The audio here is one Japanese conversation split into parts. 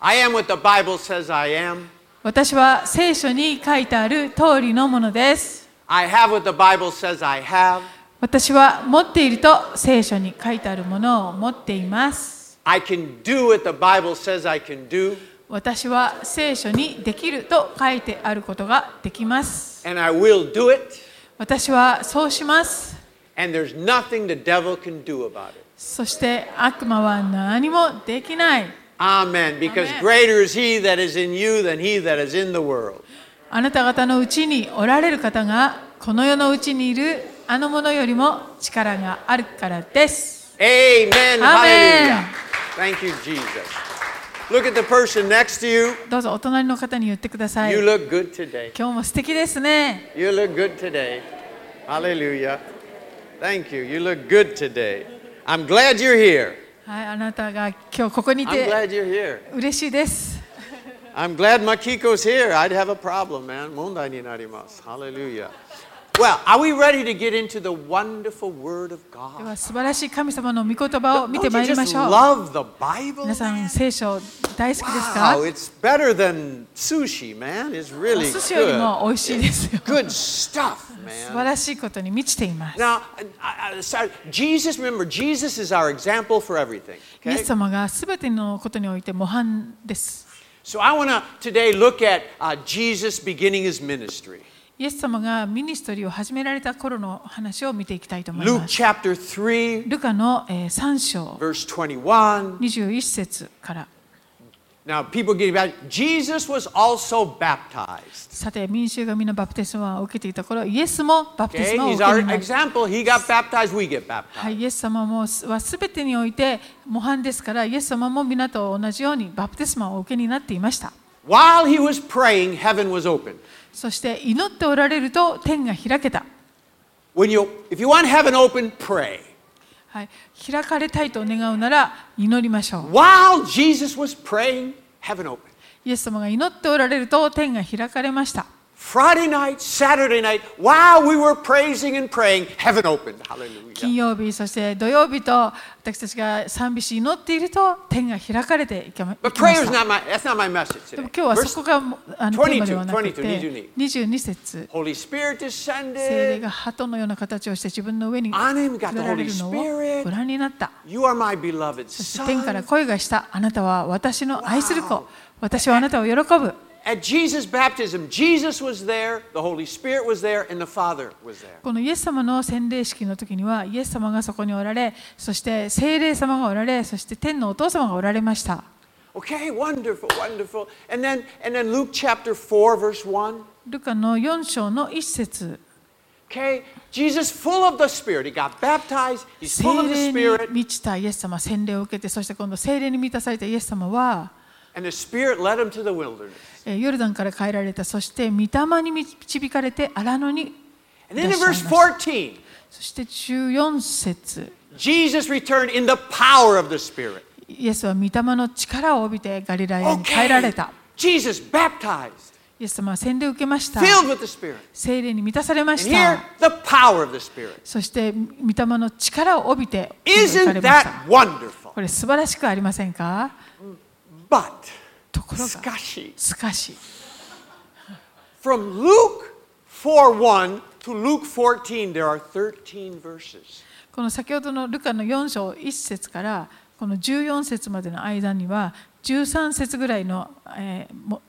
I am what the Bible says I am. 私は聖書に書いてある通りのものです。 I have what the Bible says I have. 私は持っていると聖書に書いてあるものを持っています。 I can do what the Bible says I can do. 私は聖書にできると書いてあることができます。 And I will do it. 私はそうします。 And there's nothing the devil can do about it. そして悪魔は何もできない。 Amen. Because Amen. greater is he that is in you than he that is in the world. あなた方のうちにおられる方がこの世のうちにいるあのものよりも力があるからです。 Amen. Amen. Hallelujah. Thank you, Jesus. Look at the person next to you. どうぞお隣の方に言ってください。 You 今 look good today. 日も素敵ですね。 You look good today. Hallelujah. Thank you. You look good today. I'm glad you're here. はい、あなたが今日ここにい I'm て glad you're here. 嬉しいです。 I'm glad Makiko's here. I'd have a problem, man. Mondai ni narimasu. Hallelujah. Well, are we ready to get into the wonderful Word of で God? は素晴らしい神様の御言葉を Don't 見 you てまいりま just しょう。 love the Bible? 皆さん、 man? 聖書大好きですか Wow, it's better than sushi, man. It's お really 寿司より good. も美味しいですよ。 Good stuff, 素 man. 晴らしいことに満ちています。 Now, I, I, sorry, Jesus, remember, Jesus is our example for everything. イエ Okay? ス様がすべてのことにおいて模範です。 So I want to today look at uh, Jesus beginning his ministry. イエス様がミニストリーを始められた頃の話を見ていきたいと思い Luke ます。 chapter 3, ルカの、えー3章 verse 21. 21節から。 Now, people get about Jesus was also baptized. さて、民衆が皆バプテスマを受けていた頃、イエスもバプテス Okay, マを he's 受け our ていました。 example. He got baptized, we get は baptized. い、イエス様もすはすべてにおいて模範ですから、イエス様も皆と同じようにバプテスマをお受けになっていました。 While he was praying, heaven was open. そして祈っておられると天が開けた。 When you, if you want heaven open, pray. はい、開かれたいと願うなら祈りましょう。 While Jesus was praying, heaven opened. イエス様が祈っておられると天が開かれました。 Friday night, Saturday night, while we were praising and praying, heaven opened. Hallelujah. 金曜日、そして土曜日と私たちが賛美し祈っていると天が開かれていきまいきま But し prayer is た。 not my that's not my message でも today. 今日は Verse- そこがあのテーマではなくて22 22節 Holy Spirit 聖霊 descended. が鳩のような形をして自分の上に On him got the 振られるの Holy Spirit. をご覧になった。 You are my beloved そして天から son. 声がした。あなたは私の愛する子 Wow.。私はあなたを喜ぶ。 At Jesus' baptism, Jesus was there, the Holy Spirit was there, and the Father was there. このイエス様の洗礼式の時にはイエス様がそこにおられそして聖霊様がおられそして天のお父様がおられました Okay, wonderful, wonderful. And then and then Luke chapter 4, verse 1. ルカの4章の1節 Okay, Jesus full of the Spirit. He got baptized, he's 聖 full of the 霊に Spirit, 満ちたイエス様洗礼を受けてそして今度聖霊に満たされたイエス様は and the Spirit led him to the wilderness. えーヨルダンから帰られたそして御霊に導かれて荒野に And then in いらっ verse しゃいました 14, そして14節 Jesus returned in the power of the Spirit. イエスは御霊の力を帯びてガリラヤに帰られ Okay. た Jesus baptized, イエス様は洗礼を受けました filled with the Spirit. 聖霊に満たされま And した here, the power of the Spirit. そして御霊の力を帯びて行かれ Isn't ました。 that wonderful? これ素晴らしくありませんか But, ところしがかし、しかし、 from Luke 4 1 to Luke 14, there are 13 verses. この先ほどのルカの4章1節からこの14節までの間には13節ぐらいの、えーも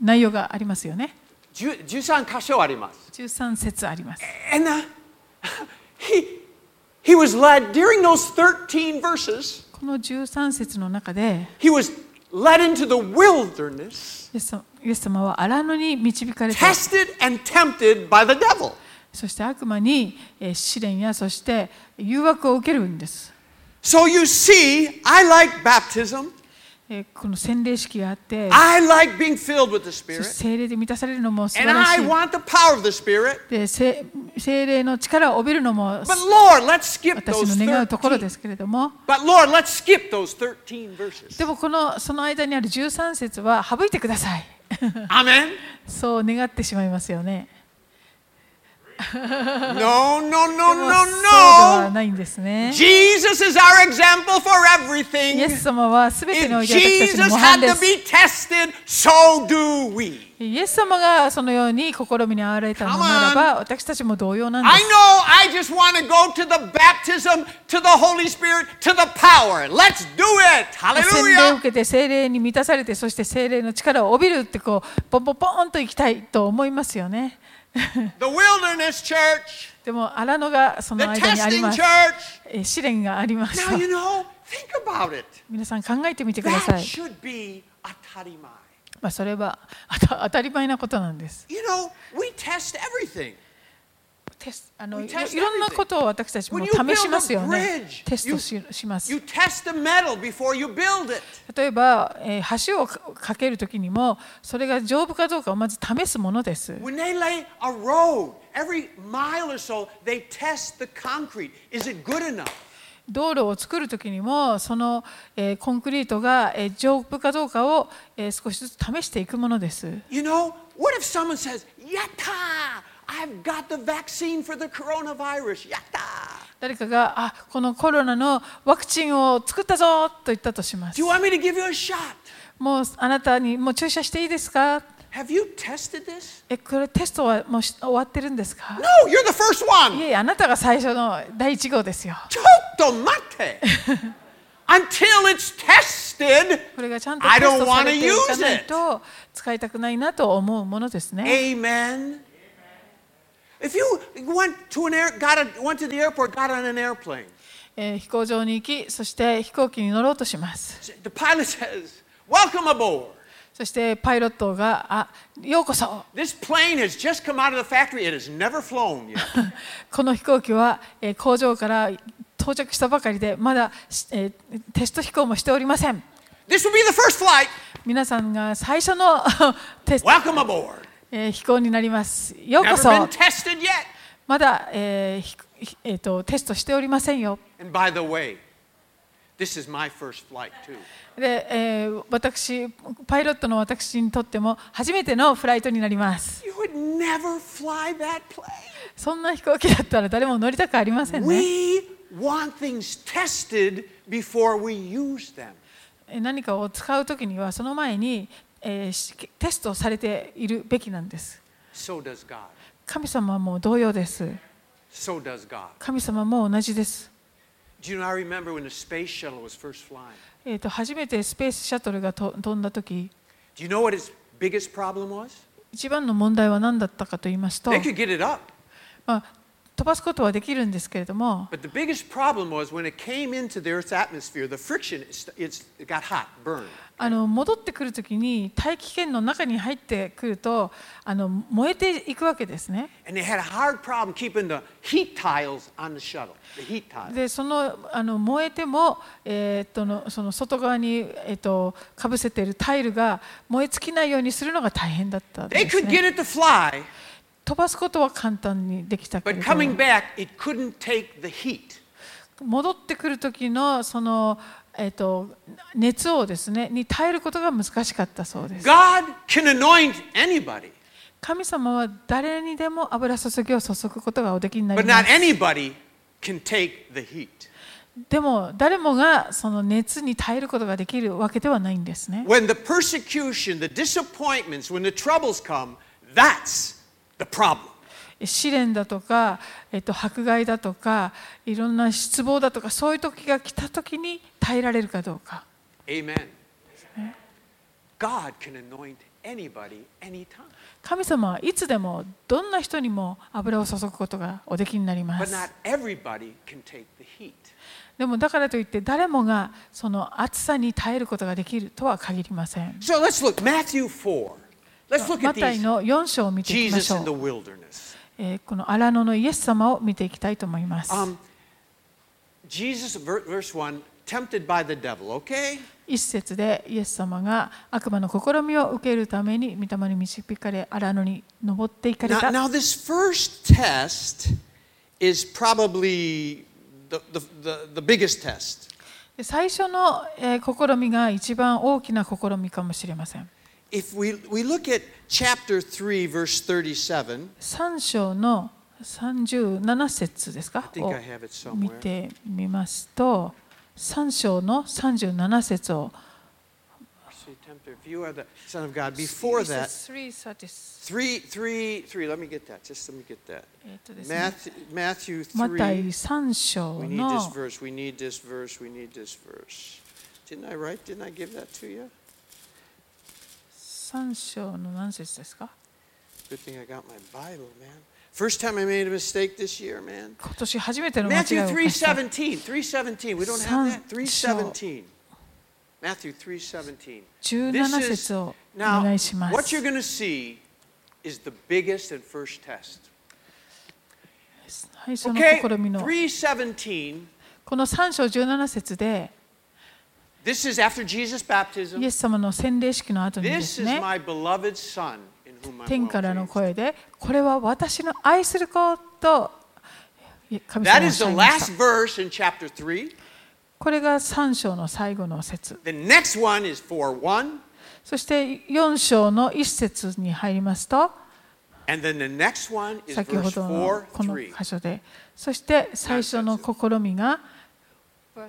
内容がありますよね。 10 13箇所あります。 13節あります。 And uh, he, he was led, during those 13 verses, この13節の中で he was led into the wilderness. イエス様イエス様は荒野に導かれて tested and tempted by the devil. そして悪魔に、えー試練やそして誘惑を受けるんです。 So you see, I like baptism. えーこの洗礼式があって I like being filled with the そ Spirit. して精霊で満たされるのも素晴 And らし I い。 want the power of the Spirit. で精精霊の力を帯びるのも But Lord, let's skip 私 those の願うところ 13. ですけれども、 But Lord, let's skip those 13 verses. でもこのその間にある13節は省いてください。 Amen. そう願ってしまいますよね。 No, no, no, no, でもそうでは no. ないんですね。 Jesus is our example for everything. イエス様はすべてにおい If て私た Jesus ちの模範 had で to す。 be tested, so do we. イエス様がそのように試みに遭われたのな Come らば、私たちも同様なんで I す。 know I just want to go to the baptism, to the Holy Spirit, to the power. Let's do it. 洗礼を Hallelujah. 受けて精霊に満たされて、そして精霊の力を帯びるってこうポンポンポンと行きたいと思いますよね。 The wilderness church, でも荒野がそ the の間にあり testing ます。 church. えー試練がありまし Now た you。know, think about it. 皆さん考えてみてくださ That い。 should be a tarimai. まあそれはあた当たり前なことなんです。 You know, we test everything. テスあの We い test いろんなことを私たちも When you 試しますよ build a ね bridge,。テストしします You。test the metal before you build it. 例えば、えー橋をかかけるときにも、それが丈夫かどうかをまず試すものです。 When they lay a road, every mile or so, they test the concrete. Is it good enough? 道路を作るときにも、その、えーコンクリートが、えー丈夫かどうかを、えー少しずつ試していくものです。 You know, what if someone says, Yatta, I've got the vaccine for the coronavirus. Yatta. 誰かが、あこのコロナのワクチンを作ったぞと言ったとしま Do す you。want me to give you a shot? もうあなたにもう注射していいですか Have you tested this? え、これテストはもうし終わってるんですか No, you're the first い one. えいえ、あなたが最初の第一号ですよ。 Chotto mate. Until it's tested. これがちゃんとテストされていかない I と使いたくないなと思うものですね。 Amen. If you went to an air, got a, went to the airport, got on an airplane, えー飛行場に行き、そして飛行機に乗ろうとします。 the pilot says, "Welcome aboard." そしてパイロットが、あようこそ This plane has just come out of the factory. It has never flown yet. この飛行機は、えー工場から到着したばかりで、まだ、しえーテスト飛行もしておりません。 this will be the first flight. 皆さんが最初の テスト、 Welcome aboard. えー飛行になります。ようこ Never そ been tested yet. まだ、えーひひえーとテストしておりませんよ。 And by the way, this is my first flight too. で、えー私パイロットの私にとっても初めてのフライトになります You would never fly that plane. そんな飛行機だったら誰も乗りたくありませんね We want things tested before we use them. えー何かを使う時にはその前に、えーしテストされているべきなんです So does God. 神様も同様です So does God. 神様も同じです、 Do you know, I remember when the space shuttle was first flying. えー、と初めてスペースシャトルがと飛んだ時 Do you know what its biggest problem was? 一番の問題は何だったかと言いますと They、could get it up. まあ、飛ばすことはできるんですけれども But the biggest problem was when it came into the Earth's atmosphere, the friction, it's, it's, it got hot, burned. あの戻ってくるときに大気圏の中に入ってくるとあの燃えていくわけですね And they had a hard problem keeping the heat tiles on the shuttle, the heat tiles. でそのあの燃えても、えーっとのその外側に、えーっとかぶせているタイルが燃え尽きないようにするのが大変だったん They です、 could get ね、 it to fly, 飛ばすことは簡単にできたけ but れ coming ど back, it couldn't take the heat. 戻ってくる時のその、えーっと熱をですねに耐えることが難しかったそうです God can anoint anybody, 神様は誰にでも油注ぎを注ぐことがおできになり but ます not anybody can take the heat. でも誰もがその熱に耐えることができるわけではないんですね。 When the persecution, the disappointments, when the troubles come, that's the problem. 試練だとか、えっと、迫害だとかいろんな失望だとかそういう時が来た時に耐えられるかどうか Amen. God can anoint anybody anytime, 神様はいつでもどんな人にも油を注ぐことがおできになりま but す not everybody can take the heat. でもだからといって誰もがその暑さに耐えることができるとは限りません So let's look Matthew 4. Let's look マ at タイ these の4章を見ていきま Jesus しょ in the う、 wilderness. えーこの荒野のイエス様を見ていきたいと思います、 Um, Jesus, ver- verse 1, tempted by the devil, okay? 一節でイエス様が悪魔の試みを受けるために御霊に導かれ荒野に登っていかれ Now, た now this first test is probably the, the, the, the biggest test. で最初の、えー試みが一番大きな試みかもしれません If we, we look at chapter 3, verse 37, 3章の37節ですか I think を I have it 見 somewhere. てみますと3章の37節を Mercy, tempter, if you are the Son of God. Before that, 3:30 three, three, three. Let me get that. Just let me get that. えっとですね Matthew, Matthew マタイ 3. 3章 We need this の verse. We need this verse. We need this verse. Didn't I write? Didn't I give that to you? 3章の何節ですか Good thing I got my Bible, man. First time I made a mistake this year, man. 今年初めての間違 Matthew いを犯した。 317. 317. We don't have that. 三章。 317. Matthew 317. 17節をお Now, 願いしま what す you're。going to see is the biggest and first test. はい、その Okay, 試みの。 317. この3章17節で、 This is after Jesus' イ baptism. エス様の洗礼式の後にで This is すね、 my beloved Son in whom 天から I'm の well pleased. 声で、これは私の愛する子と神様 That がおっ is し the ゃいま last した。 verse in chapter 3. これが3章の最後の節。 The next one is 4 1. そして4章の1節に入りますと、 And then the next one is 先ほ verse どの4この 3. 箇所で、そして最初の試みが 3.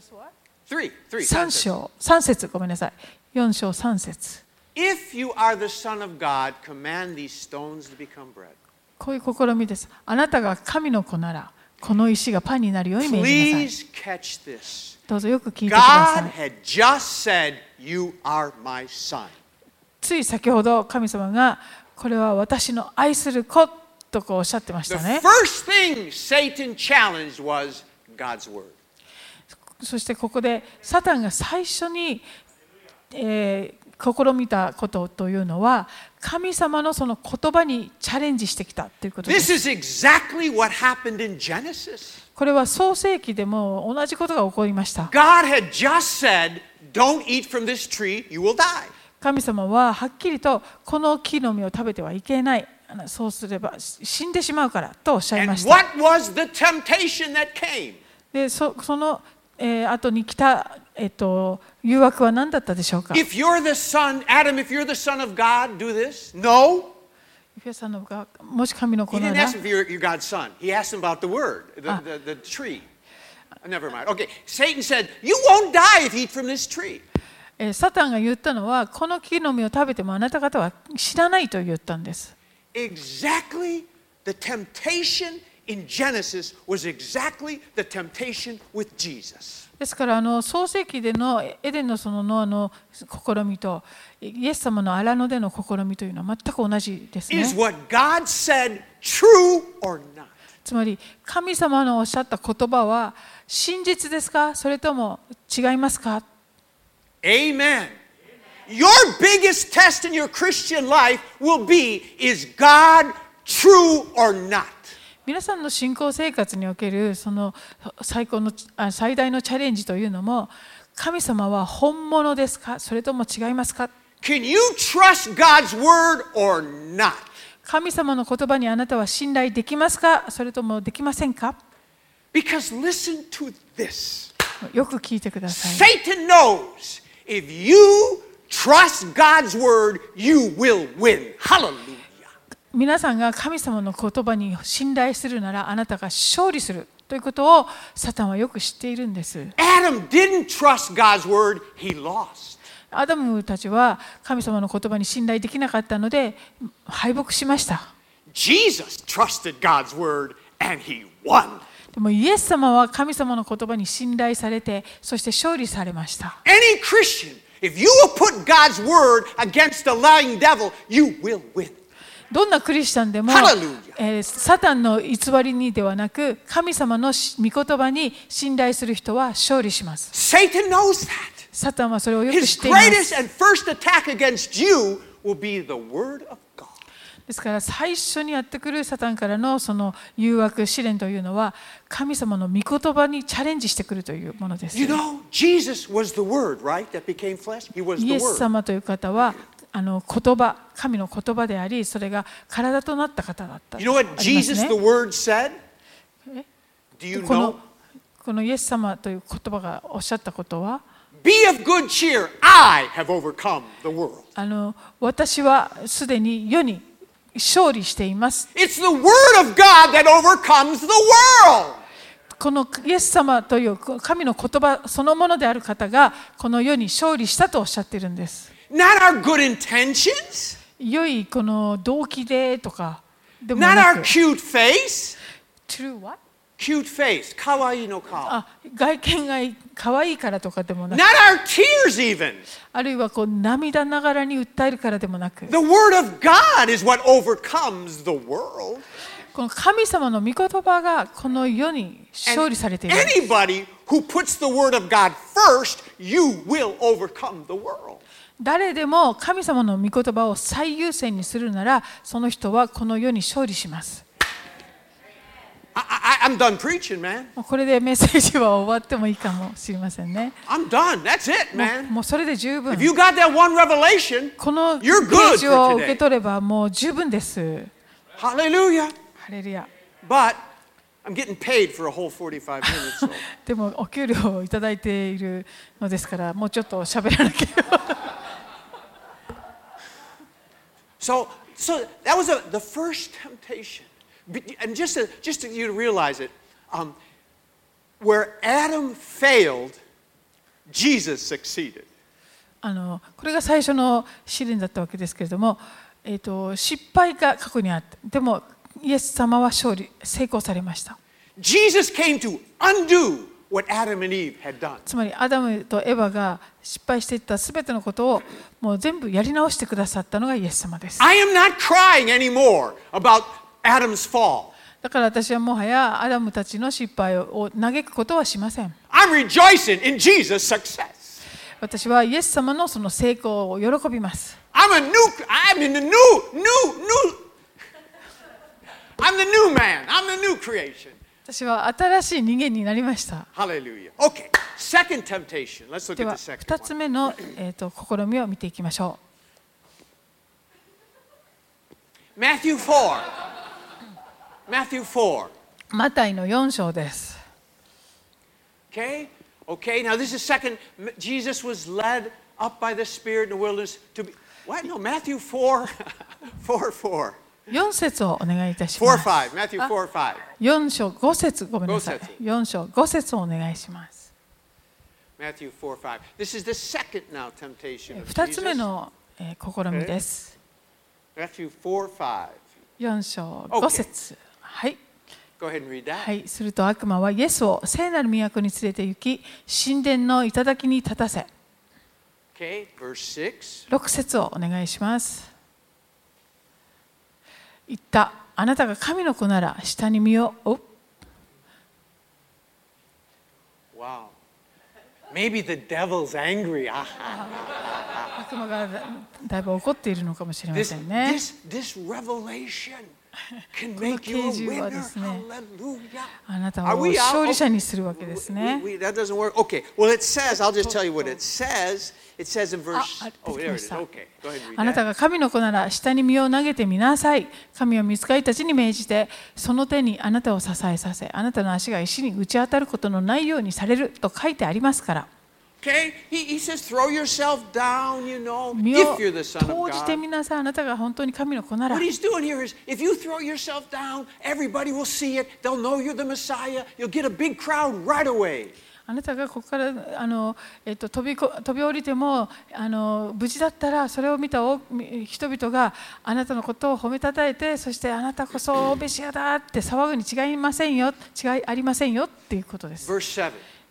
3. 3 That's it. 章、3節ごめんなさい、4章3節 If you are the Son of God, command these stones to become bread. こういう試みです。あなたが神の子なら、この石がパンになるように命じなさい。 Please catch this. どうぞよく聞いてくだ God さい。 had just said, You are my son. つい先ほど神様が、これは私の愛する子とこうおっしゃってまし The たね。 first thing Satan challenged was God's word. そしてここで、サタンが最初に、えー試みたことというのは、神様のその言葉にチャレンジしてきたということで This す。 is exactly what happened in Genesis. これは創世記でも同じことが起こりました。 God had just said, Don't eat from this tree, you will die. 神様ははっきりとこの木の実を食べてはいけないあのそうすればし死んでしまうからとおっしゃい And ました what was the temptation that came? でそその、えー後に来た、えっと誘惑は何だったでしょうか If you're the son, Adam, if you're the son of God, do this. No. イエスさんのがもし神の He 子な didn't ら ask him if you're, you're God's son. He asked him about the word, the, Ah. the, the tree. Uh, Never mind. Okay. Satan said, You won't die if you eat from this tree. えーサタンが言ったのはこの木の実を食べてもあなた方は知らないと言ったんです Exactly the temptation in Genesis was exactly the temptation with Jesus. ですからあの創世記でのえエデンの園のあの試みとイエス様の荒野での試みというのは全く同じですね Is what God said true or not? つまり神様のおっしゃった言葉は真実ですかそれとも違いますか Amen. Your biggest test in your Christian life will be is God true or not? 皆さんの信仰生活におけるその最高のあ最大のチャレンジというのも神様は本物ですかそれとも違いますか Can you trust God's word or not? 神様の言葉にあなたは信頼できますかそれともできませんか Because listen to this よく聞いてください。 Satan knows if you trust God's word, you will win. Hallelujah. 皆さんが神様の言葉に信頼するならあなたが勝利するということをサタンはよく知っているんです。 Adam didn't trust God's word, he lost. アダムたちは神様の言葉に信頼できなかったので敗北しました。 Jesus trusted God's word and he won. でもイエス様は神様の言葉に信頼されて、そして勝利されました。 Any Christian, if you will put God's word against the lying devil, you will win. どんなクリスチャンでも Hallelujah.、えーサタンの偽りにではなく、神様の御言葉に信頼する人は勝利します。 Satan knows that. サタンはそれをよく His 知っています。 greatest and first attack against you will be the word of God. ですから最初にやってくるサタンからのその誘惑、試練というのは、神様の御言葉にチャレンジしてくるというものです。 You know, Jesus was the word, right? That became flesh. He was イ the エス word. 様という方はあの言葉、神の言葉であり、それが体となった方だった。 You know あり what ますね Jesus the word said? Do you この know? このイエス様という言葉がおっしゃったことは、 Be of good cheer. I have overcome the world. あの私はすでに世に勝利しています。 It's the Word of God that overcomes the world. このイエス様という神の言葉そのものである方がこの世に勝利したとおっしゃっているんです。 Not our good intentions, 良いこの動機でとかでも not な our く cute face. True what? Cute face, kawaii no ka. あ外見が可愛いからとかでもなく Not our tears, even. あるいはこう涙ながらに訴えるからでもなく The Word of God is what overcomes the world. この神様の御言葉がこの世に And 勝利されている anybody who puts the Word of God first, you will overcome the world. 誰でも神様の御言葉を最優先にするならその人はこの世に勝利します I, I, I'm done preaching, man. もうこれでメッセージは終わってもいいかもしれませんね I'm done. That's it, も man. うもうそれで十分 If you got that one revelation, このペ You're good ージ for today. を受け取ればもう十分です hallelujah. ハレルヤ But I'm getting paid for a whole 45 minutes. So. でもお給料をいただいているのですからもうちょっと喋らなきゃ So, so that was a, the first temptation. Be- And just to, just to you to realize it, um, where Adam failed, Jesus succeeded. あのこれが最初の試練だったわけですけれども、えー、と失敗が過去にあってでもイエス様は勝利成功されました Jesus came to undo what Adam and Eve had done. つまりアダムとエヴァが失敗していったすべてのことをもう全部やり直してくださったのがイエス様です I am not crying anymore about Adam's fall. だから私はもはやアダムたちの失敗を嘆くことはしません I'm rejoicing in Jesus' success. 私はイエス様のその成功を喜びます I'm a new, I'm in the new, new, new. I'm the new man. I'm the new creation. 私は新しい人間になりました Hallelujah. Okay, second temptation. Let's look で at the は second 2つ one. 目の、えー、と試みを見ていきましょ Matthew 4. Matthew 4. うマタイの4章です Okay? Okay, now this is second. M- Jesus was led up by the Spirit in the wilderness to be. What? No, Matthew 4. 4 4. 4節をお願いいたし4ます 5. Matthew 4 5. 4章5節ごめんなさい五節4章5節をお願いします Matthew 4 5. This is the second now temptation. Of 2つ目 Jesus. の、えー試みです。 Matthew 4 5. 4章 Okay. 5節、はい、 Go ahead and read that. はい。すると悪魔はイエスを聖なる都に連れて行き、神殿の頂に立たせ、 Okay, verse 6. 6節をお願いします。言った、あなたが神の子なら下に見よう。お Wow. Maybe the devil's angry. Ah, Aha. 悪魔がだだいぶ怒っているのかもしれま This, せんね。 this, this revelation can make you a 啓示は winner. ですね、 Hallelujah. あなた Are を we out? 勝利者にするわけですね We,。we, that doesn't work. Okay. Well, it says, I'll just tell you what it says. It says in あ verse. あ出 Oh, てき there ま it し is. た Okay. Go ahead and あな read た that. が神の子なら下に身を投げてみなさい。神は見つかりたちに命じて、その手にあなたを支えさせ、あなたの足が石に打ち当たることのないようにされると書いてありますから。 Okay. He, he says, throw yourself down, you know, 身 if を you're the son of 投じて God. みなさい。あなたが本当に神の子なら What。he's doing here is if you throw yourself down, everybody will see it. They'll know you're the Messiah. You'll get a big crowd right away. あなたがここからあの、えっと、飛びこ飛び降りてもあの無事だったらそれを見たお人々があなたのことを褒めたたえてそしてあなたこそメシアだって騒ぐに違いませんよ違いありませんよっていうことです。 Verse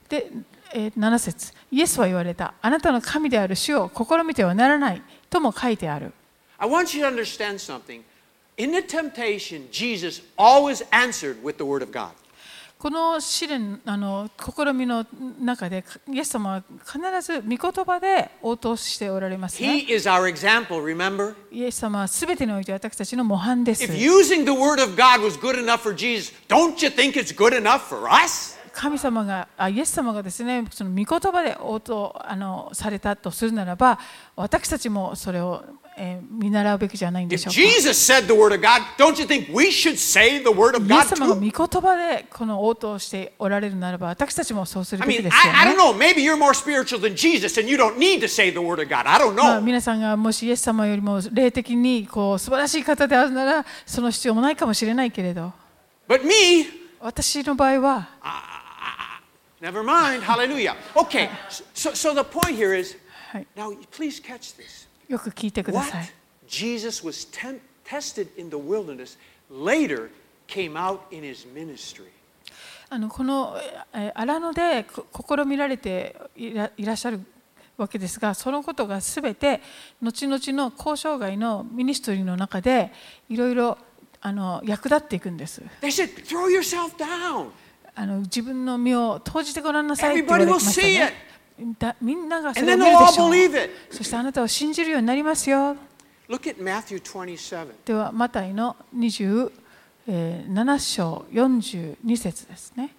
7. で、えー7節イエスは言われた。あなたの神である主を試みてはならないとも書いてある。 I want you to understand something. In the temptation, Jesus always answered with the Word of God. この試練あの試みの中でかイエス様は必ず御言葉で応答しておられますね。 He is our example, remember? イエス様は全てにおいて私たちの模範です If。using the Word of God was good enough for Jesus, don't you think it's good enough for us? 神様があイエス様がですねその御言葉で応答あのされたとするならば私たちもそれをえー見習うべきじゃないんで If しょうか。イエ Jesus said the word of God, don't you think we should say the word of God ス様が too? 御言葉でこの応答をしておられるならば、私たちもそうする I べき mean, ですよ I, I ね don't。know. Maybe you're more spiritual than Jesus and you don't need to say the word of God. I don't まあ、 know. 皆さんがもしイエス様よりも霊的にこう素晴らしい方であるなら、その必要もないかもしれないけれど、 But me, 私の場合は、 never mind. Hallelujah. Okay. So, so the point here is はい、 now, please catch this. よく聞いてくだ What さい。 Jesus was tem- tested in the wilderness later came out in his ministry. あのこのえー荒野でこ試みられていらいらっしゃるわけですがそのことがすべて後々の交渉外のミニストリーの中でいろいろあの役立っていくんです They said, throw yourself down. あの自分の身を投じてごらんなさいって言 Everybody われてました will see ねだみんながそ And れを then 見 they'll all るでし believe ょう it. そしてあなたを信じるようになりますよ Look at Matthew 27. ではマタイの27章42節ですね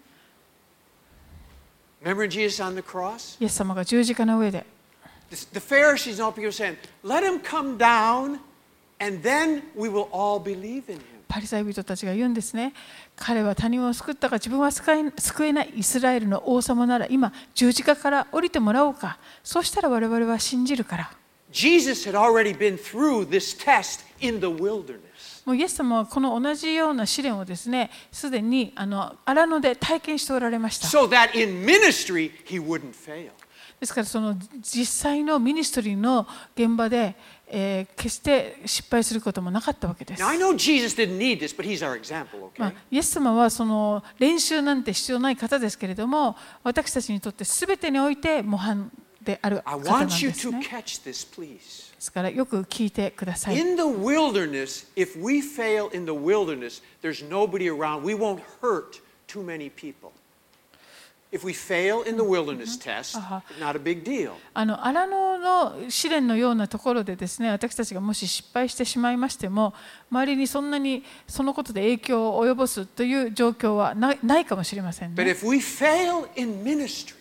Remember Jesus on the cross? イエス様が十字架の上で The the Pharisees and all people saying, let him come down and then we will all believe in him. パリサイ人たちが言うんですね彼は他人を救ったが自分は救え救えないイスラエルの王様なら今十字架から降りてもらおうかそうしたら我々は信じるから Jesus had already been through this test in the wilderness. もうイエス様はこの同じような試練をですねすでにあの荒野で体験しておられました So that in ministry, he wouldn't fail. ですからその実際のミニストリーの現場で、えー決して失敗することもなかったわけです Now, I know Jesus didn't need this, but he's our example, まあ okay?、イエス様はその練習なんて必要ない方ですけれども私たちにとって全てにおいて模範である I 方なんで want you す to ね。 catch this, please. ですからよく聞いてください。 In the wilderness, if we fail in the wilderness, there's nobody around. We won't hurt too many people. If we fail in the wilderness test, Uh-huh. it's not a big deal. あの荒野の試練のようなところでですね私たちがもし失敗してしまいましても周りにそんなにそのことで影響を及ぼすという状況はないないかもしれません But ね。 if we fail in ministry,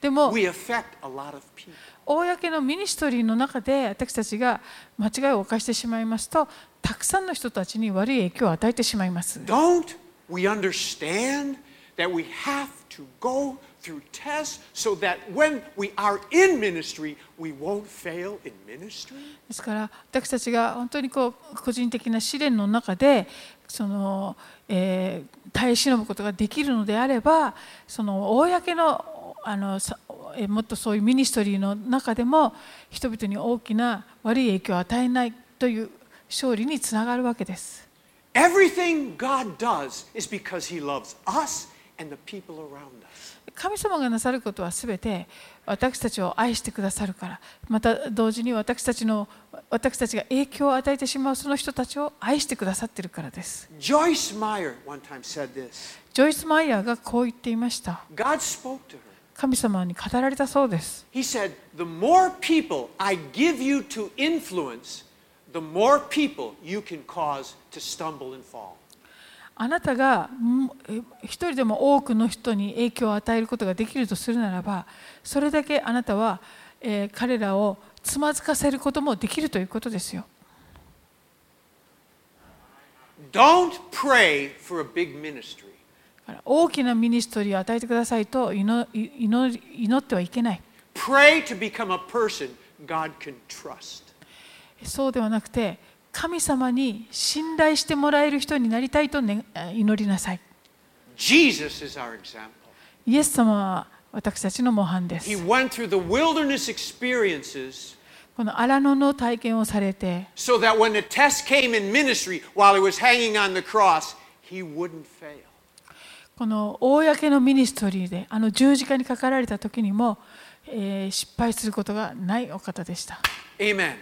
でも we affect a lot of people. 公のミニストリーの中で私たちが間違いを犯してしまいますとたくさんの人たちに悪い影響を与えてしまいます。 Don't we understand that we have to go through tests so that when we are in ministry, we won't fail in ministry? ですから私たちが本当にこう個人的な試練の中でその、えー耐え忍ぶことができるのであればその公のあのさえーもっとそういうミニストリーの中でも人々に大きな悪い影響を与えないという勝利につながるわけです。 Everything God does is because He loves us and the people around us. 神様がなさることはすべて私たちを愛してくださるからまた同時に私たちの私たちが影響を与えてしまうその人たちを愛してくださっているからです。 Joyce Meyer one time said this ジョイス・マイヤーがこう言っていました。 God spoke to her. 神様に語られたそうです。 He said, The more people I give you to influence, the more people you can cause to stumble and fall. あなたがんえ一人でも多くの人に影響を与えることができるとするならば、それだけあなたは、えー彼らをつまずかせることもできるということですよ。 Don't pray for a big ministry. だから大きなミニストリーを与えてくださいと祈い祈り祈ってはいけない。 Pray to become a person God can trust. そうではなくて、神様に信頼してもらえる人になりたいと、ね、祈りなさい。 Jesus is our example. イエス様は私たちの模範です He。went through the wilderness experiences この荒野の体験をされて so that when the test came in ministry while he was hanging on the cross, he wouldn't fail. この公のミニストリーであの十字架にかかられた時にも、えー失敗することがないお方でした。 Amen.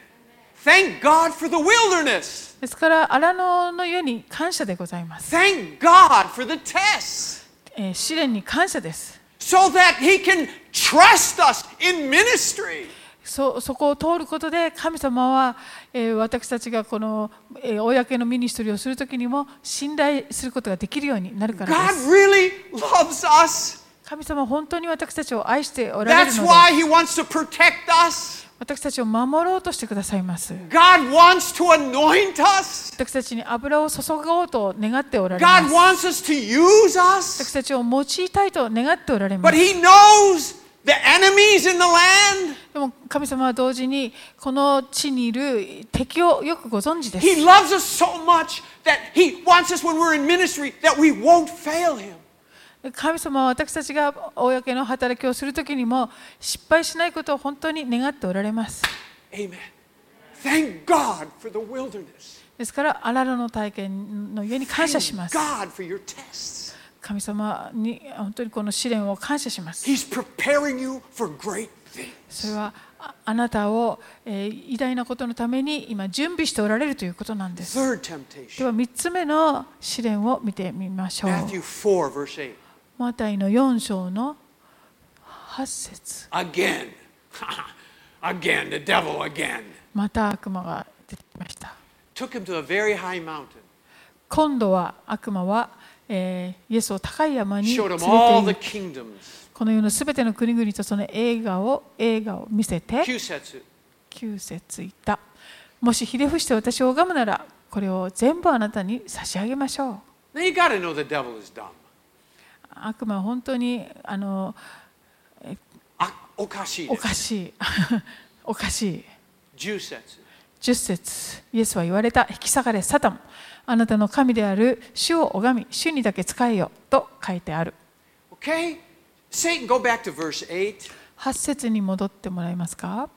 Thank God for the wilderness. ですから荒野の家に感謝でございます、 Thank God for the tests えー試練に感謝です。 so that he can trust us in ministry. そそこを通ることで神様は、えー私たちがこの、えー公のミニストリーをする時にも信頼することができるようになるからで God す。 really loves us. 神様は本当に私たちを愛しておられる That's ので why he wants to protect us. 私たちを守ろうとしてくださいます God wants to anoint us. 私たちに油を注ごうと願っておられま God wants す us to use us. 私たちを用いたいと願っておられま But す He knows the enemies in the land. でも神様は同時にこの地にいる敵をよくご存知です He loves us so much that He wants us when we're in ministry that we won't fail Him. 神様は私たちが公の働きをするときにも失敗しないことを本当に願っておられます。 Amen. Thank God for the wilderness. ですから、あららの体験のゆえに感謝しま Thank す。 God for your tests. 神様に本当にこの試練を感謝します。 He's preparing you for great things. それはああなたを、えー偉大なことのために今準備しておられるということなんです。 Third で temptation は3つ目の試練を見てみましょう。 Matthew 4, verse 8. マタイの4章の8節 Again. again, the devil again. また悪魔が出てきました。 Took him to a very high mountain. 今度は悪魔は、えーイエスを高い山に連 Showed れ him て all the 行き kingdoms. この世のすべての国々とその映画を映画を見せて Kusetsu. 9節言ったもしひれ伏して私を拝むならこれを全部あなたに差し上げましょう Now you got to know the devil is dumb. 悪魔は本当にあの Ah, Okashi. おかしい おかしい Jusetsu. 10節イエスは言われた引き下がれサタンあなたの神である主を拝み主にだけ仕えよと書いてある Okay? Satan, go back to verse 8. 8節に戻ってもらえますか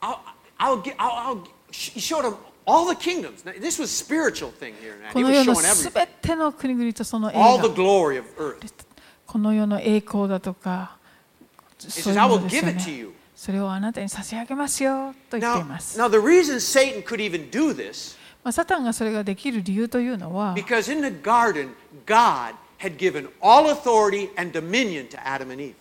I'll, I'll, gi- I'll, I'll, he showed him all the kingdoms. Now, this was spiritual thing here. Now. こ He の was 世の showing す everything. べての国々とその栄 All the 光 glory of earth. この世の栄光だとか、そういう I も will のです give よ it to you. ね。それをあなたに差し上げますよと言ってい Now, ます。ま now, the reason Satan could even do this, あ、サタンがそれができる理由というのは、 because in the garden, God had given all authority and dominion to Adam and Eve.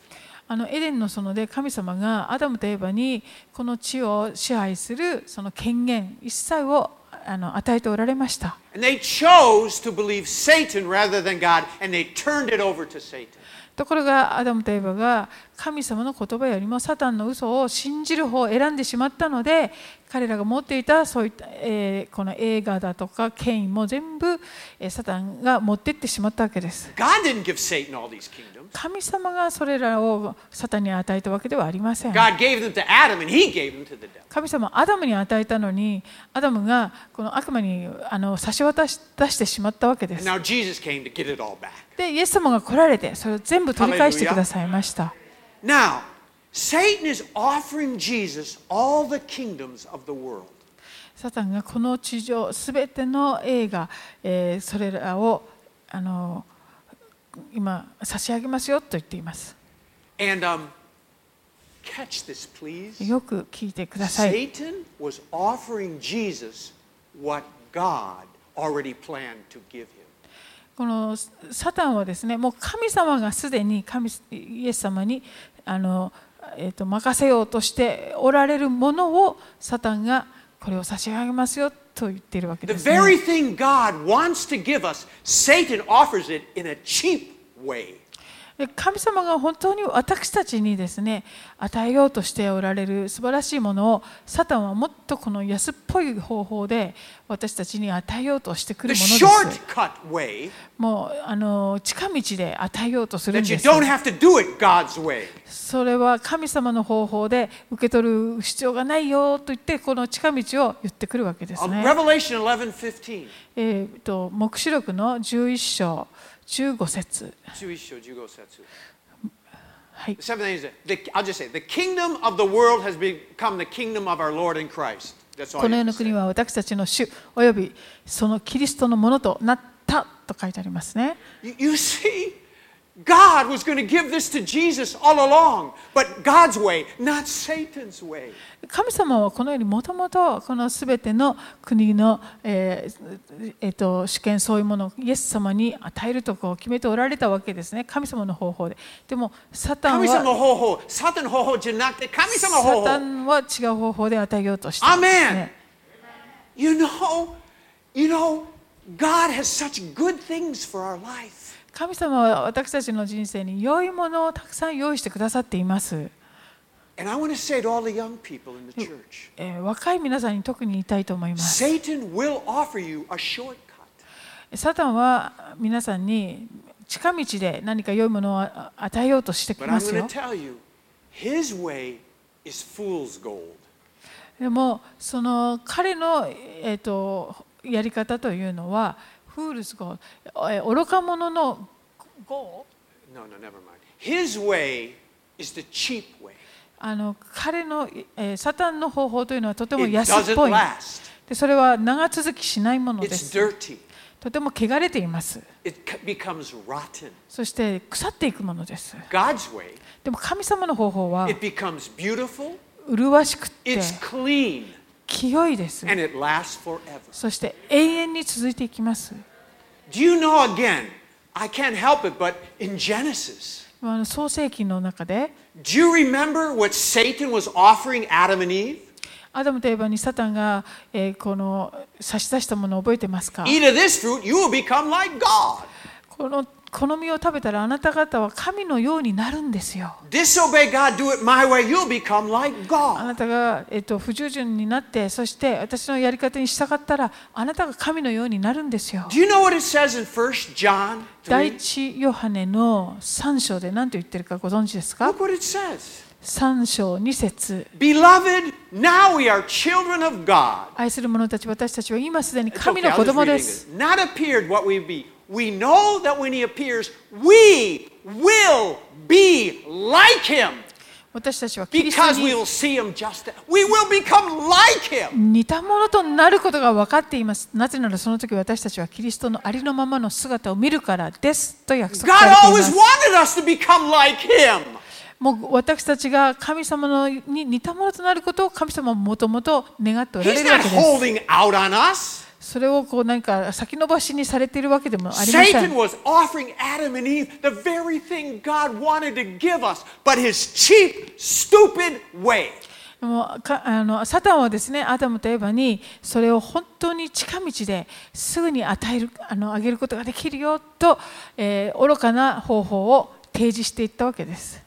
あのエデンの園で神様がアダムとエヴァにこの地を支配するその権限一切をあの与えておられました。 And they chose to believe Satan rather than God, and they turned it over to Satan. ところがアダムとエヴァが神様の言葉よりもサタンの嘘を信じる方を選んでしまったので彼らが持っていたそういった、えーこの映画だとか権威も全部、えーサタンが持ってってしまったわけです God didn't give Satan all these kingdoms. 神様がそれらをサタンに与えたわけではありません God gave them to Adam, and he gave them to the devil. 神様はアダムに与えたのにアダムがこの悪魔にあの差し渡し出してしまったわけで And す now Jesus came to get it all back. でイエス様が来られてそれを全部取り返してくださいました Now, Satan is offering Jesus all the kingdoms of the world. サタンがこの地上すべての映画、えーそれらをあの今差し上げますよと言っています。 And um, catch this, please. よく聞いてください。 Satan was offering Jesus what God already planned to give him. このサタンはですね、もう神様がすでに神イエス様にあの、えー、と任せようとしておられるものをサタンがこれを差し上げますよと言っているわけ The です、ね。 very thing God wants to give us, Satan offers it in a cheap way. で神様が本当に私たちにですね与えようとしておられる素晴らしいものをサタンはもっとこの安っぽい方法で私たちに与えようとしてく The るものです。 shortcut way もうあの近道で与えようとするん that you です。 don't have to do it God's way. それは神様の方法で受け取る必要がないよと言ってこの近道を言ってくるわけです Uh, ね。Revelation 11:15. えーと黙示録の11章15節11章15節。はい。 The seventh thing is that the, I'll just say the kingdom of the world has become the kingdom of our Lord and Christ. That's all. こ you have to の世の say. 国は私たちの主およびそのキリストのものとなったと書いてありますね。 You, you see, God was going to give this to Jesus all along, but God's way, not Satan's way. 神様はこのようにもともとこのすべての国の、えーえーと主権そういうものをイエス様に与えるとこを決めておられたわけですね。神様の方法で。でもサタ神ン様は方法、サタン方法じゃなくて神様サ方タ法。ンは違う方法で与えようとしたんです、 Amen. ね。 You know, you know, God has such good things for our life. 神様は私たちの人生に良いものをたくさん用意してくださっています。 And I want to say to all the young people in the church えー若い皆さんに特に言いたいと思います。 Satan will offer you a shortcut. サタンは皆さんに近道で何か良いものをあ与えようとしてき But I'm ますよ going to。tell you, his way is fool's gold. でもその彼の、えー、とやり方というのはフールズゴー愚か者のゴ No, no, never mind. His way is the cheap way. あの彼の、えーサタンの方法というのはとても It 安っ doesn't ぽい last. でそれは長続きしないもので It's す dirty. とても汚れています It c- becomes rotten. そして腐っていくものです God's way, でも神様の方法は it becomes beautiful, 麗しくって it's clean, 清いです and it lasts forever. そして永遠に続いていきます Do you know again? I can't help it, but in Genesis, あの創世記の中で do you remember what Satan was offering Adam and Eve? アダムとエバにサタンが、えーこの差し出したものを覚えてますか Eat of this fruit, you will become like God. このこの実を食べたらあなた方は神のようになるんですよ。 Disobey God, do it my way, you'll become like あ God. なたが、えっと不従順になってそして私のやり方に従ったらあなたが神のようになるんですよ Do。you know what it says in 1 John 第 3? 一ヨハネの3章で何と言ってるかご存知ですか Look what it says. 3章2節 Beloved, now we are children of God. 愛する者たち私たちは今すでに It's 神 okay, の I'll 子 just 供 read it で in す。 English. Not appeared what we be. We know that when he appears, we will be like him 私たちはキリス because ト we に will see him just. We will become like him. 似たものとなることが分かっています。なぜならその時私たちはキリストのありのままの姿を見るからですと約束 God されていま always す。 wanted us to become like him. もう私たちが神様のに似たものとなることを神様はもともと願っておられ He's るわ not けです。 holding out on us. それをこう何か先延ばしにされているわけでもありませ Satan ん。 was offering Adam and Eve the very thing God wanted to give us, but his cheap, stupid way. もうかあのサタンはですね、アダムとエバにそれを本当に近道ですぐに与えるあのあげることができるよと、えー愚かな方法を提示していったわけです。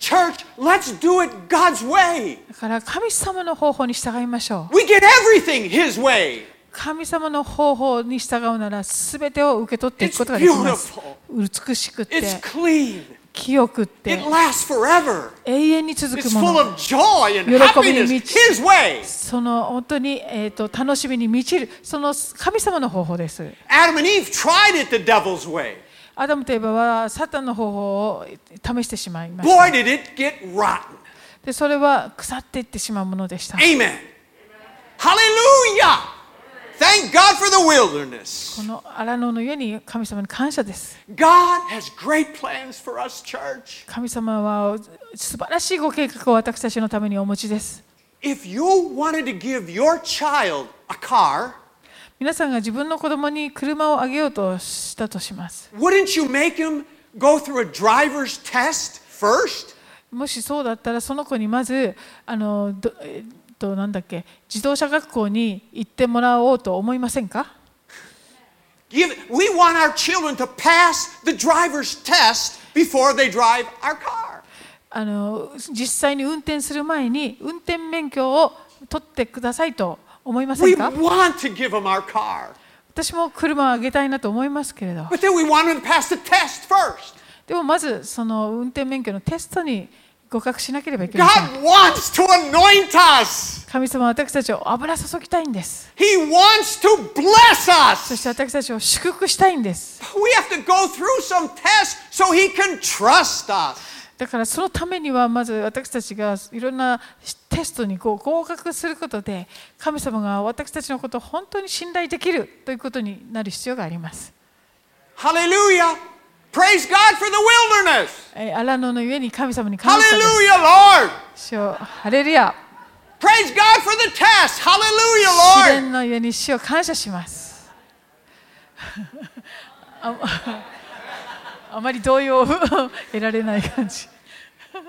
Church, let's do it God's way. だから神様の方法に従いましょう。 We get everything His way. 神様の方法に従うなら全てを受け取っていくことができます。美しくて It's clean. 清くって It lasts forever. 永遠に続く It's も full の of joy and 喜び happiness. に満ち His way. その本当に、えー、と楽しみに満ちるその神様の方法です Adam and Eve tried it the devil's way. アダムとエバはサタンの方法を試してしまいまし Boy, た did it get rotten. でそれは腐っていってしまうものでした Amen. Hallelujah. Thank God for the こ wilderness. の荒野の上に神様に感謝です God has great plans for us, church. 神様は素晴らしいご計画を私たちのためにお持ちです If you wanted to give your child a car, 皆さんが自分の子供に車をあげようとしたとします wouldn't you make him go through a driver's test first? もしそうだったらその子にまずあのどえっとなんだっけ自動車学校に行ってもらおうと思いませんか Give, we want our children to pass the driver's test before they drive our car. あの実際に運転する前に運転免許を取ってくださいと思いませ We んか want to give them our car, 私も車をあげたいなと思いますけれど but then we want them to pass the test first. でもまずその運転免許のテストに合格しなければいけません God wants to anoint us, 神様は私たちを油注ぎたいんです He wants to bless そし us. て私たちを祝福したいんです We have to go through some tests so He can trust us. だからそのためにはまず私たちがいろんなテストにこう合格することで神様が私たちのことを本当に信頼できるということになる必要があります。 Hallelujah. Praise God for the wilderness. えー荒野のゆえに神様に感謝です Hallelujah, Lord. 主よハレルヤ Praise God for the test. 自 Hallelujah, Lord. 然のゆえに主を感謝します。 ああまり動揺を得られない感じ。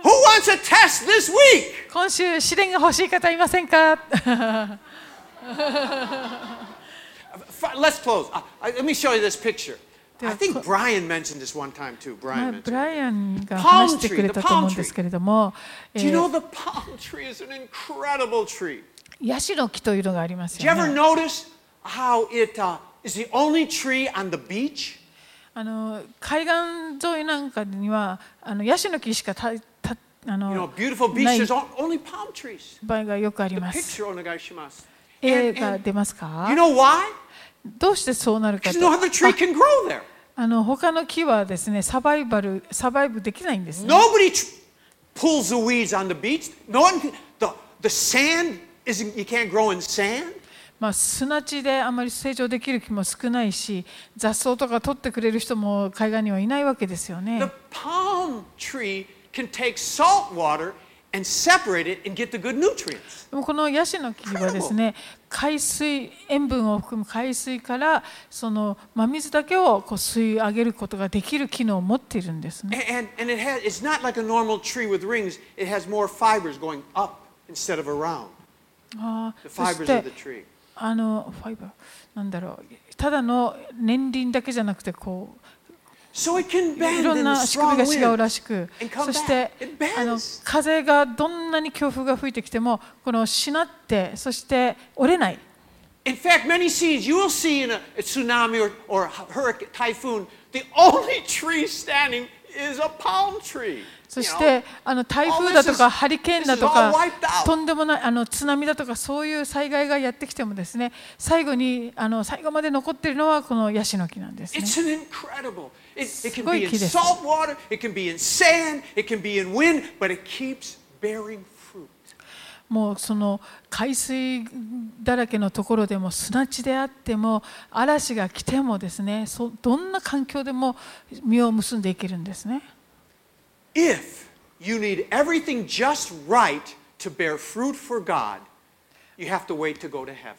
Who wants a test this week? 今週試練が欲しい方いませんか F- Let's close. Uh, uh, let me show you this picture. で I は think Brian mentioned this one time too. まあ Brian ブ mentioned. ライアンが Palm 話してくれ tree, the たと palm 思うんですけれども、え Do you know ー、 the palm tree is an incredible tree? ヤシの木というのがあります Do you よ ever ね。 notice how it uh, is the only tree on the beach? あの海岸沿いなんかにはあのヤシの木しかたたあ You know, の beautiful な beach, い there's on- only palm trees. 場合がよくあり The ます。 picture onegaishimasu. 絵 And, が and 出ますか you know why? どうしてそうなるか Because と no other tree can grow there. あの他の木はですねサバイバルサバイブできないんですね。 Nobody tr- pulls the weeds on the beach. No one can, the, the sand isn't, you can't grow in sand. まあ、砂地であまり成長できる木も少ないし雑草とか取ってくれる人も海岸にはいないわけですよね The。palm tree can take salt water and separate it and get the good nutrients. でもこのヤシの木はですね海水塩分を含む海水からその真水だけをこう吸い上げることができる機能を持っているんですね。 And, and, and it has, it's not like a normal tree with rings, it has more fibers going up instead of around. ああ The そし fibers of the て tree. あのファイバーなんだろうただの年輪だけじゃなくてこう So it can い bend ろん in the な仕組 strong みが違う wind. らしく And come back. そして It bends. あの風がどんなに強風が吹いてきてもこのしなってそして折れない In fact, many seas you will see in a, a tsunami or, or hurricane, typhoon, the only tree standing is a palm tree. そ You し know, てあの台 all 風 this だ is- とかハリケーンだと this か is all wiped out. とんでもないあの津波だとかそういう災害がやってきてもですね最後にあの最後まで残っているのはこのヤシの木なんですね It's an incredible. It, it can すごい be in 木です。 salt water, it can be in sand, it can be in wind, but it keeps bearing fruit. もうその海水だらけのところでも砂地であっても嵐が来てもですねそどんな環境でも実を結んでいけるんですね。 If you need everything just right to bear fruit for God, you have to wait to go to heaven.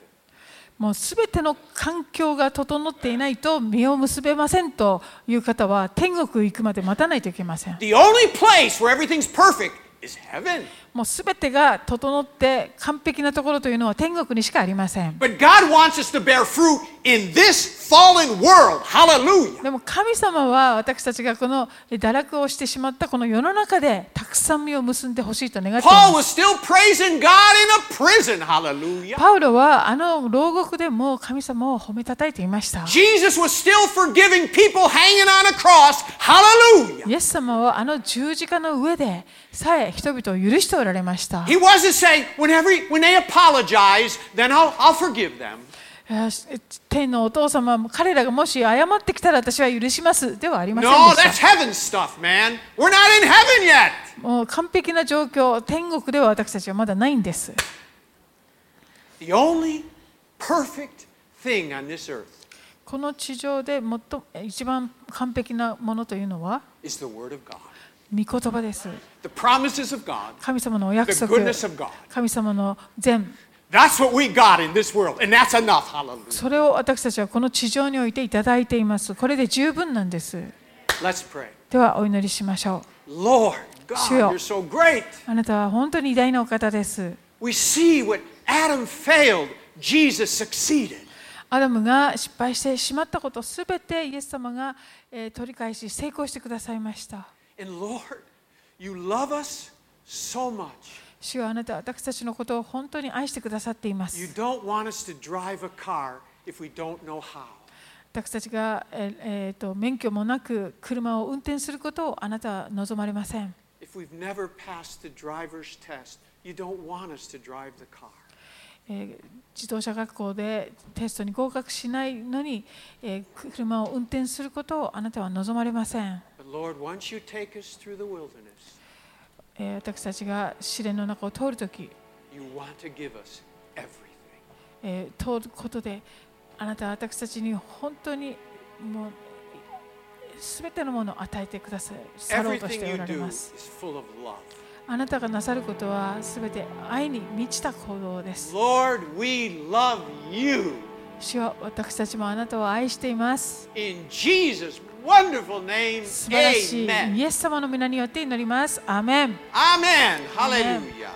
もうすべての環境が整っていないと実を結べませんという方は天国行くまで待たないといけません。 The only place where everything's perfect is heaven. もうすべてが整って完璧なところというのは天国にしかありません。 But God wants us to bear fruit in this fallen world. Hallelujah. でも神様は私たちがこの堕落をしてしまったこの世の中でたくさん実を結んでほしいと願っています Paul。was still praising God in a prison. Hallelujah. パウロはあの牢獄でも神様を褒めたたえていました。 Jesus was still forgiving people hanging on a cross. Hallelujah. イエス様はあの十字架の上でさえ人々を許しておられました。 He wasn't saying, whenever, when they apologize, then I'll, I'll forgive them. えー天のお父様も彼らがもし謝ってきたら私は許しますではありません No, で that's し heaven stuff, man. We're not in heaven yet. た。もう完璧な状況、天国では私たちはまだないんです。 The only perfect thing on this earth この地上で最も一番完璧なものというのは is the Word of God, 御言葉です。 the promises of God, 神様のお約 the 束、 goodness of God. 神様の善、 That's what we got in this world, and that's enough. Hallelujah. それを私たちはこの地上においていただいています。これで十分なんです。 Let's pray. ではお祈りしましょ Lord God, 主よ。 you're so great. う。あなたは本当に偉大なお方です。 We see what Adam failed, Jesus succeeded. アダムが失敗してしまったことすべてイエス様が、えー取り返し成功してくださいました。 And Lord, you love us so much. 主よあなたは私たちのことを本当に愛してくださっていま You す。 don't want us to drive a car if we don't know how. 私たちが、えーえーと免許もなく車を運転することをあなたは望まれません。 If we've never passed the driver's test, you don't want us to drive the car. えー自動車学校でテストに合格しないのに、えーく車を運転することをあなたは望まれません、 But Lord, once you take us through the wilderness, えー私たちが試練の中を通るとき、 you want to give us everything. えー通ることであなたは私たちに本当にもうすべてのものを与えてくだささろうとし Everything てお you られ do ま is す full of love. あなたがなさることはすべて愛に満ちた行動です Lord, we love you. 主は私たちもあなたを愛しています In Jesus' wonderful name, 素晴らしい amen. イエス様の皆によって祈りますアーメン Amen. Hallelujah.